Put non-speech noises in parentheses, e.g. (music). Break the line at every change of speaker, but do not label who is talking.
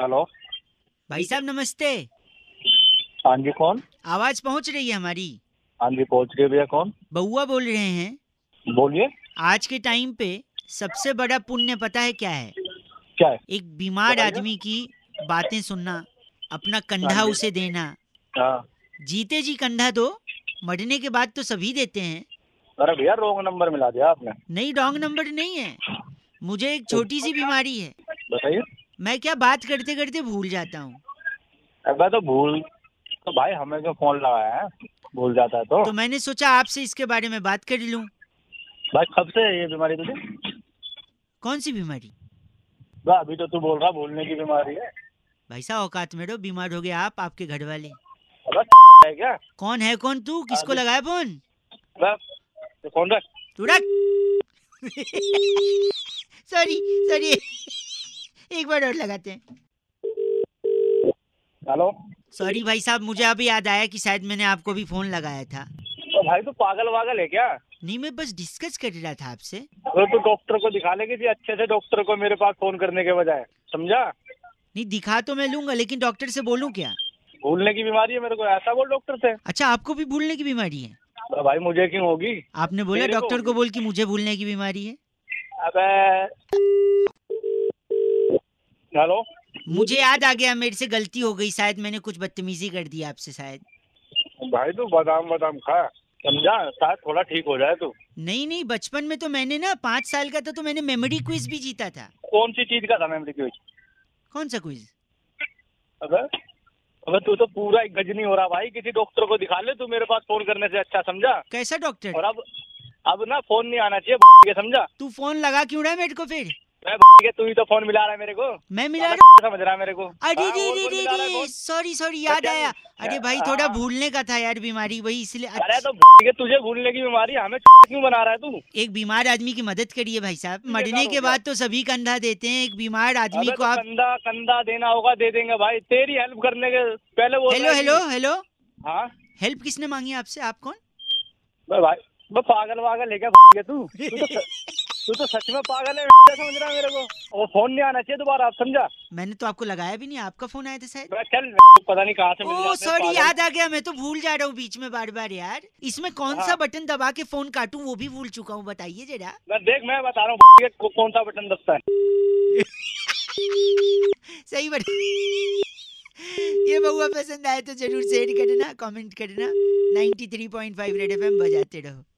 Hello
भाई साहब नमस्ते
हाँ जी कौन
आवाज पहुंच रही है हमारी
हाँ जी पहुंच गए भैया कौन
बउआ बोल रहे हैं
बोलिए
आज के टाइम पे सबसे बड़ा पुण्य पता है क्या है
क्या है
एक बीमार
बताइए।
आदमी की बातें सुनना अपना कंधा
हाँ जी।
उसे देना
हाँ
जीते जी कंधा दो मरने के बाद तो सभी देते हैं
अरे भैया रॉन्ग नंबर मिला दिया आपने
नहीं रॉन्ग नंबर नहीं है मुझे एक छोटी सी बीमारी है
बताइए
मैं क्या बात करते करते भूल जाता हूँ
अबे तो भूल तो भाई हमें क्यों फोन लगाया है भूल जाता है तो
तो मैंने सोचा आपसे इसके बारे में बात कर लूँ
भाई कब से है ये बीमारी तुझे
कौन सी बीमारी
भाई अभी तो तू बोल रहा भूलने की बीमारी है
भाई साहब औकात में रहो बीमार हो गए आप आपके घर वाले
अबे है क्या
कौन है कौन तू किसको
अभी-
लगाया फोन
बस तो फोन रख
तू रख (laughs) सॉरी सॉरी (laughs) एक बार और लगाते हैं
हेलो
सॉरी भाई साहब मुझे अभी याद आया कि शायद मैंने आपको भी फोन लगाया था
तो भाई तू पागल वागल है क्या
नहीं मैं बस डिस्कस कर रहा था आपसे
तो तू डॉक्टर को दिखा ले किसी अच्छे से डॉक्टर को मेरे पास फोन करने के बजाय समझा
नहीं दिखा तो मैं लूंगा लेकिन डॉक्टर से बोलूं क्या
भूलने की बीमारी है मेरे को ऐसा बोल डॉक्टर से
अच्छा आपको भी भूलने की बीमारी है
तो भाई मुझे क्यों होगी
आपने बोला
मेरे को
डॉक्टर को
होगी।
बोल कि मुझे भूलने की बीमारी है
अबे हेलो
मुझे याद आ गया मेरे से गलती हो गई शायद मैंने कुछ बदतमीजी कर दी आपसे शायद
भाई तू बादाम बादाम खा समझा शायद थोड़ा ठीक हो जाए तू
नहीं नहीं बचपन में तो मैंने ना पाँच साल का था तो मैंने मेमोरी क्विज भी जीता था
कौन सी चीज का था मैम रिक्वेस्ट
कौन सा क्विज
अबे अबे तू तो पूरा एक गजनी हो रहा भाई किसी डॉक्टर को दिखा ले तू मेरे पास फोन करने से अच्छा समझा
कैसा डॉक्टर
और अब अब ना फोन नहीं आना चाहिए के समझा
तू फोन लगा क्यों रहा है मेरे को फिर
मैं के तू ही तो फोन मिला रहा है मेरे को
मैं मिला
साला
रहा
समझ रहा है मेरे को
अरे
हाँ,
रे
और
रे
कौन
रे
मिला रहा है
रे
फोन?
सॉरी सॉरी याद
क्या
आया अरे भाई थोड़ा
हाँ।
भूलने का था यार बीमारी वही इसलिए
अरे
अच्छा,
तो के तुझे भूलने की बीमारी है, हमें क्यों बना रहा है तू
एक बीमार आदमी की मदद करिए भाई साहब
ये
मरने
बेकार
के
हो गया।
बाद तो सभी कंधा देते हैं एक बीमार आदमी
अबे
को
तो
आप
कंधा कंधा देना होगा दे देंगे भाई तेरी हेल्प करने के पहले वो
हेलो हेलो हेलो
हाँ
हेल्प किसने मांगी आपसे आप कौन
बे भाई बे पागल वागल है क्या (laughs) के तू तू तो स- तू तो सच में पागल है (laughs) समझ रहा है मेरे को वो फोन नहीं आना चाहिए दोबारा आप समझा
मैंने तो आपको लगाया भी नहीं आपका फोन आया था शायद
बे चल पता नहीं कहाँ से मिल
ओ
जाते हैं
सॉरी
पागल।
याद आ गया मैं तो भूल जा रहा हूँ बीच में बार बार यार इसमें कौन सा
हाँ।
बटन दबा के फोन काटूं वो भी भूल चुका हूँ बताइए जरा
मैं देख मैं बता रहा हूँ (laughs) के कौन सा बटन दबता है
सही बात ये बउआ पसंद आए तो जरूर शेयर करना कमेंट करना 93.5 रेड एफएम बजाते रहो